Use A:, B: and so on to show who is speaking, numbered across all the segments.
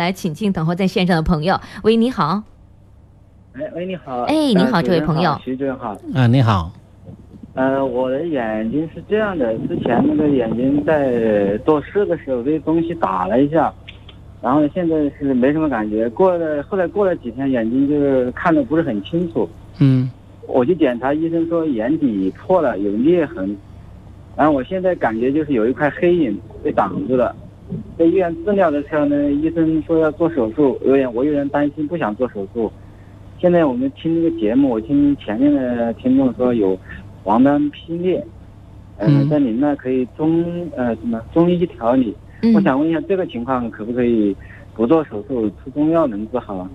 A: 来，请进等候在线上的朋友。喂，你好，
B: 哎喂，你好。
A: 哎你好
B: 呃
A: 这位朋友
B: 徐主任好。
C: 啊，你好，
B: 呃，我的眼睛是这样的，之前那个眼睛在做事的时候被东西打了一下，然后现在是没什么感觉。过了后来过了几天，眼睛就是看的不是很清楚，
C: 嗯
B: 我去检查，医生说眼底破了，有裂痕。然后我现在感觉就是有一块黑影被挡住了。在医院治疗的时候呢，医生说要做手术，有点我有点担心，不想做手术。现在我们听这个节目，我听前面的听众说有黄斑劈裂，嗯、
C: 嗯
B: 在你们那可以中呃什么中医调理。
A: 嗯
B: 我，想问一下，这个情况可不可以不做手术，吃中药能治好啊？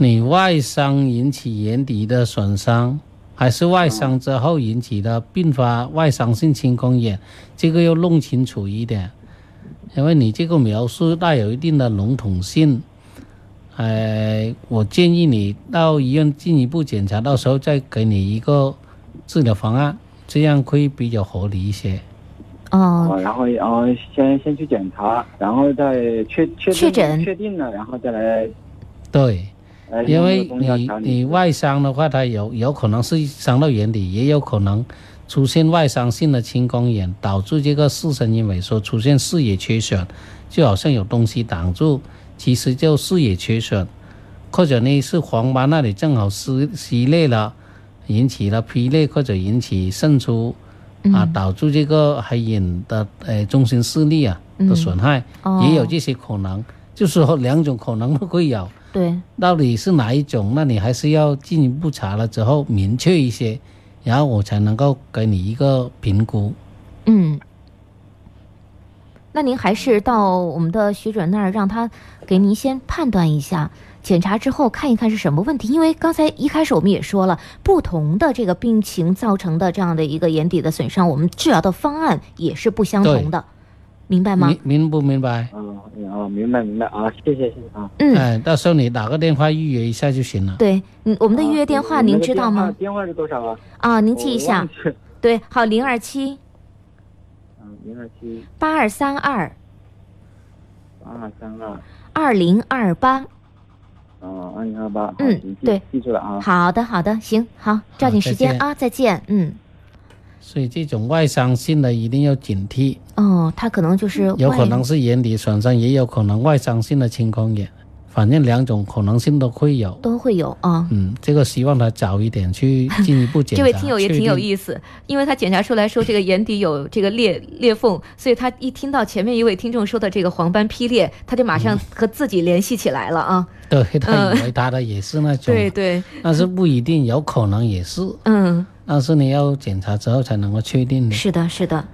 C: 你外伤引起眼底的损伤，还是外伤之后引起的并发外伤性青光眼？这个要弄清楚一点，因为你这个描述带有一定的笼统性。哎，我建议你到医院进一步检查，到时候再给你一个治疗方案，这样会比较合理一些。
A: 哦，
B: 啊，然后然后先先去检查，然后再确确定
A: 确诊
B: 确定了，然后再来
C: 对。
B: 呃，
C: 因为
B: 用中药
C: 你
B: 调理
C: 你外伤的话，它有有可能是伤到眼底，也有可能出现外伤性的青光眼，导致这个视神经萎缩，出现视野缺损，就好像有东西挡住，其实就视野缺损，或者呢是黄斑那里正好撕撕裂了，引起了疲累，或者引起渗出。啊，
A: 嗯
C: 导致这个黑眼的呃中心视力啊的
A: 嗯
C: 损害，
A: 哦
C: 也有这些可能，就是说两种可能都会有。
A: 对，
C: 到底是哪一种，那你还是要进一步查了之后明确一些，然后我才能够给你一个评估。
A: 嗯。那您还是到我们的徐主任那儿，让他给您先判断一下，检查之后看一看是什么问题。因为刚才一开始我们也说了，不同的这个病情造成的这样的一个眼底的损伤，我们治疗的方案也是不相同的，明白吗
C: 明？明不明白？
B: 啊，然后明白明白啊，谢谢谢谢啊。
A: 嗯
C: 哎，到时候你打个电话预约一下就行了。
A: 对，嗯，我
B: 啊我
A: 们的预约电话您知道吗？
B: 电话是多少啊？
A: 啊，您记一下，对，好，零二七
B: 嗯，零二七
A: 八二三二
B: 八二三二
A: 二零二八。
B: 啊二零二八。
A: 嗯
B: 行记
A: 对
B: 记住了啊。
A: 好的，好的，行，好，抓紧时间啊，再见。嗯，
C: 所以这种外伤性的一定要警惕，
A: 哦，他可能就是
C: 嗯有可
A: 外
C: 能是眼底损伤，也有可能外伤性的青光眼，反正两种可能性都会有。
A: 都会有啊。
C: 嗯，这个希望他早一点去进一步检
A: 这
C: 查。
A: 位听友也挺有
C: 思。
A: 意思，因为他检查出来说这个眼底有这个裂裂缝，所以他一听到前面一位听众说的这个黄斑劈裂，他就马上
C: 嗯
A: 和自己联系起来了啊。
C: 对，他以为他的也是那种，
A: 对对，
C: 但是不一定，有可能也是。
A: 嗯，
C: 但是你要检查之后才能够确定的。
A: 是的，是的。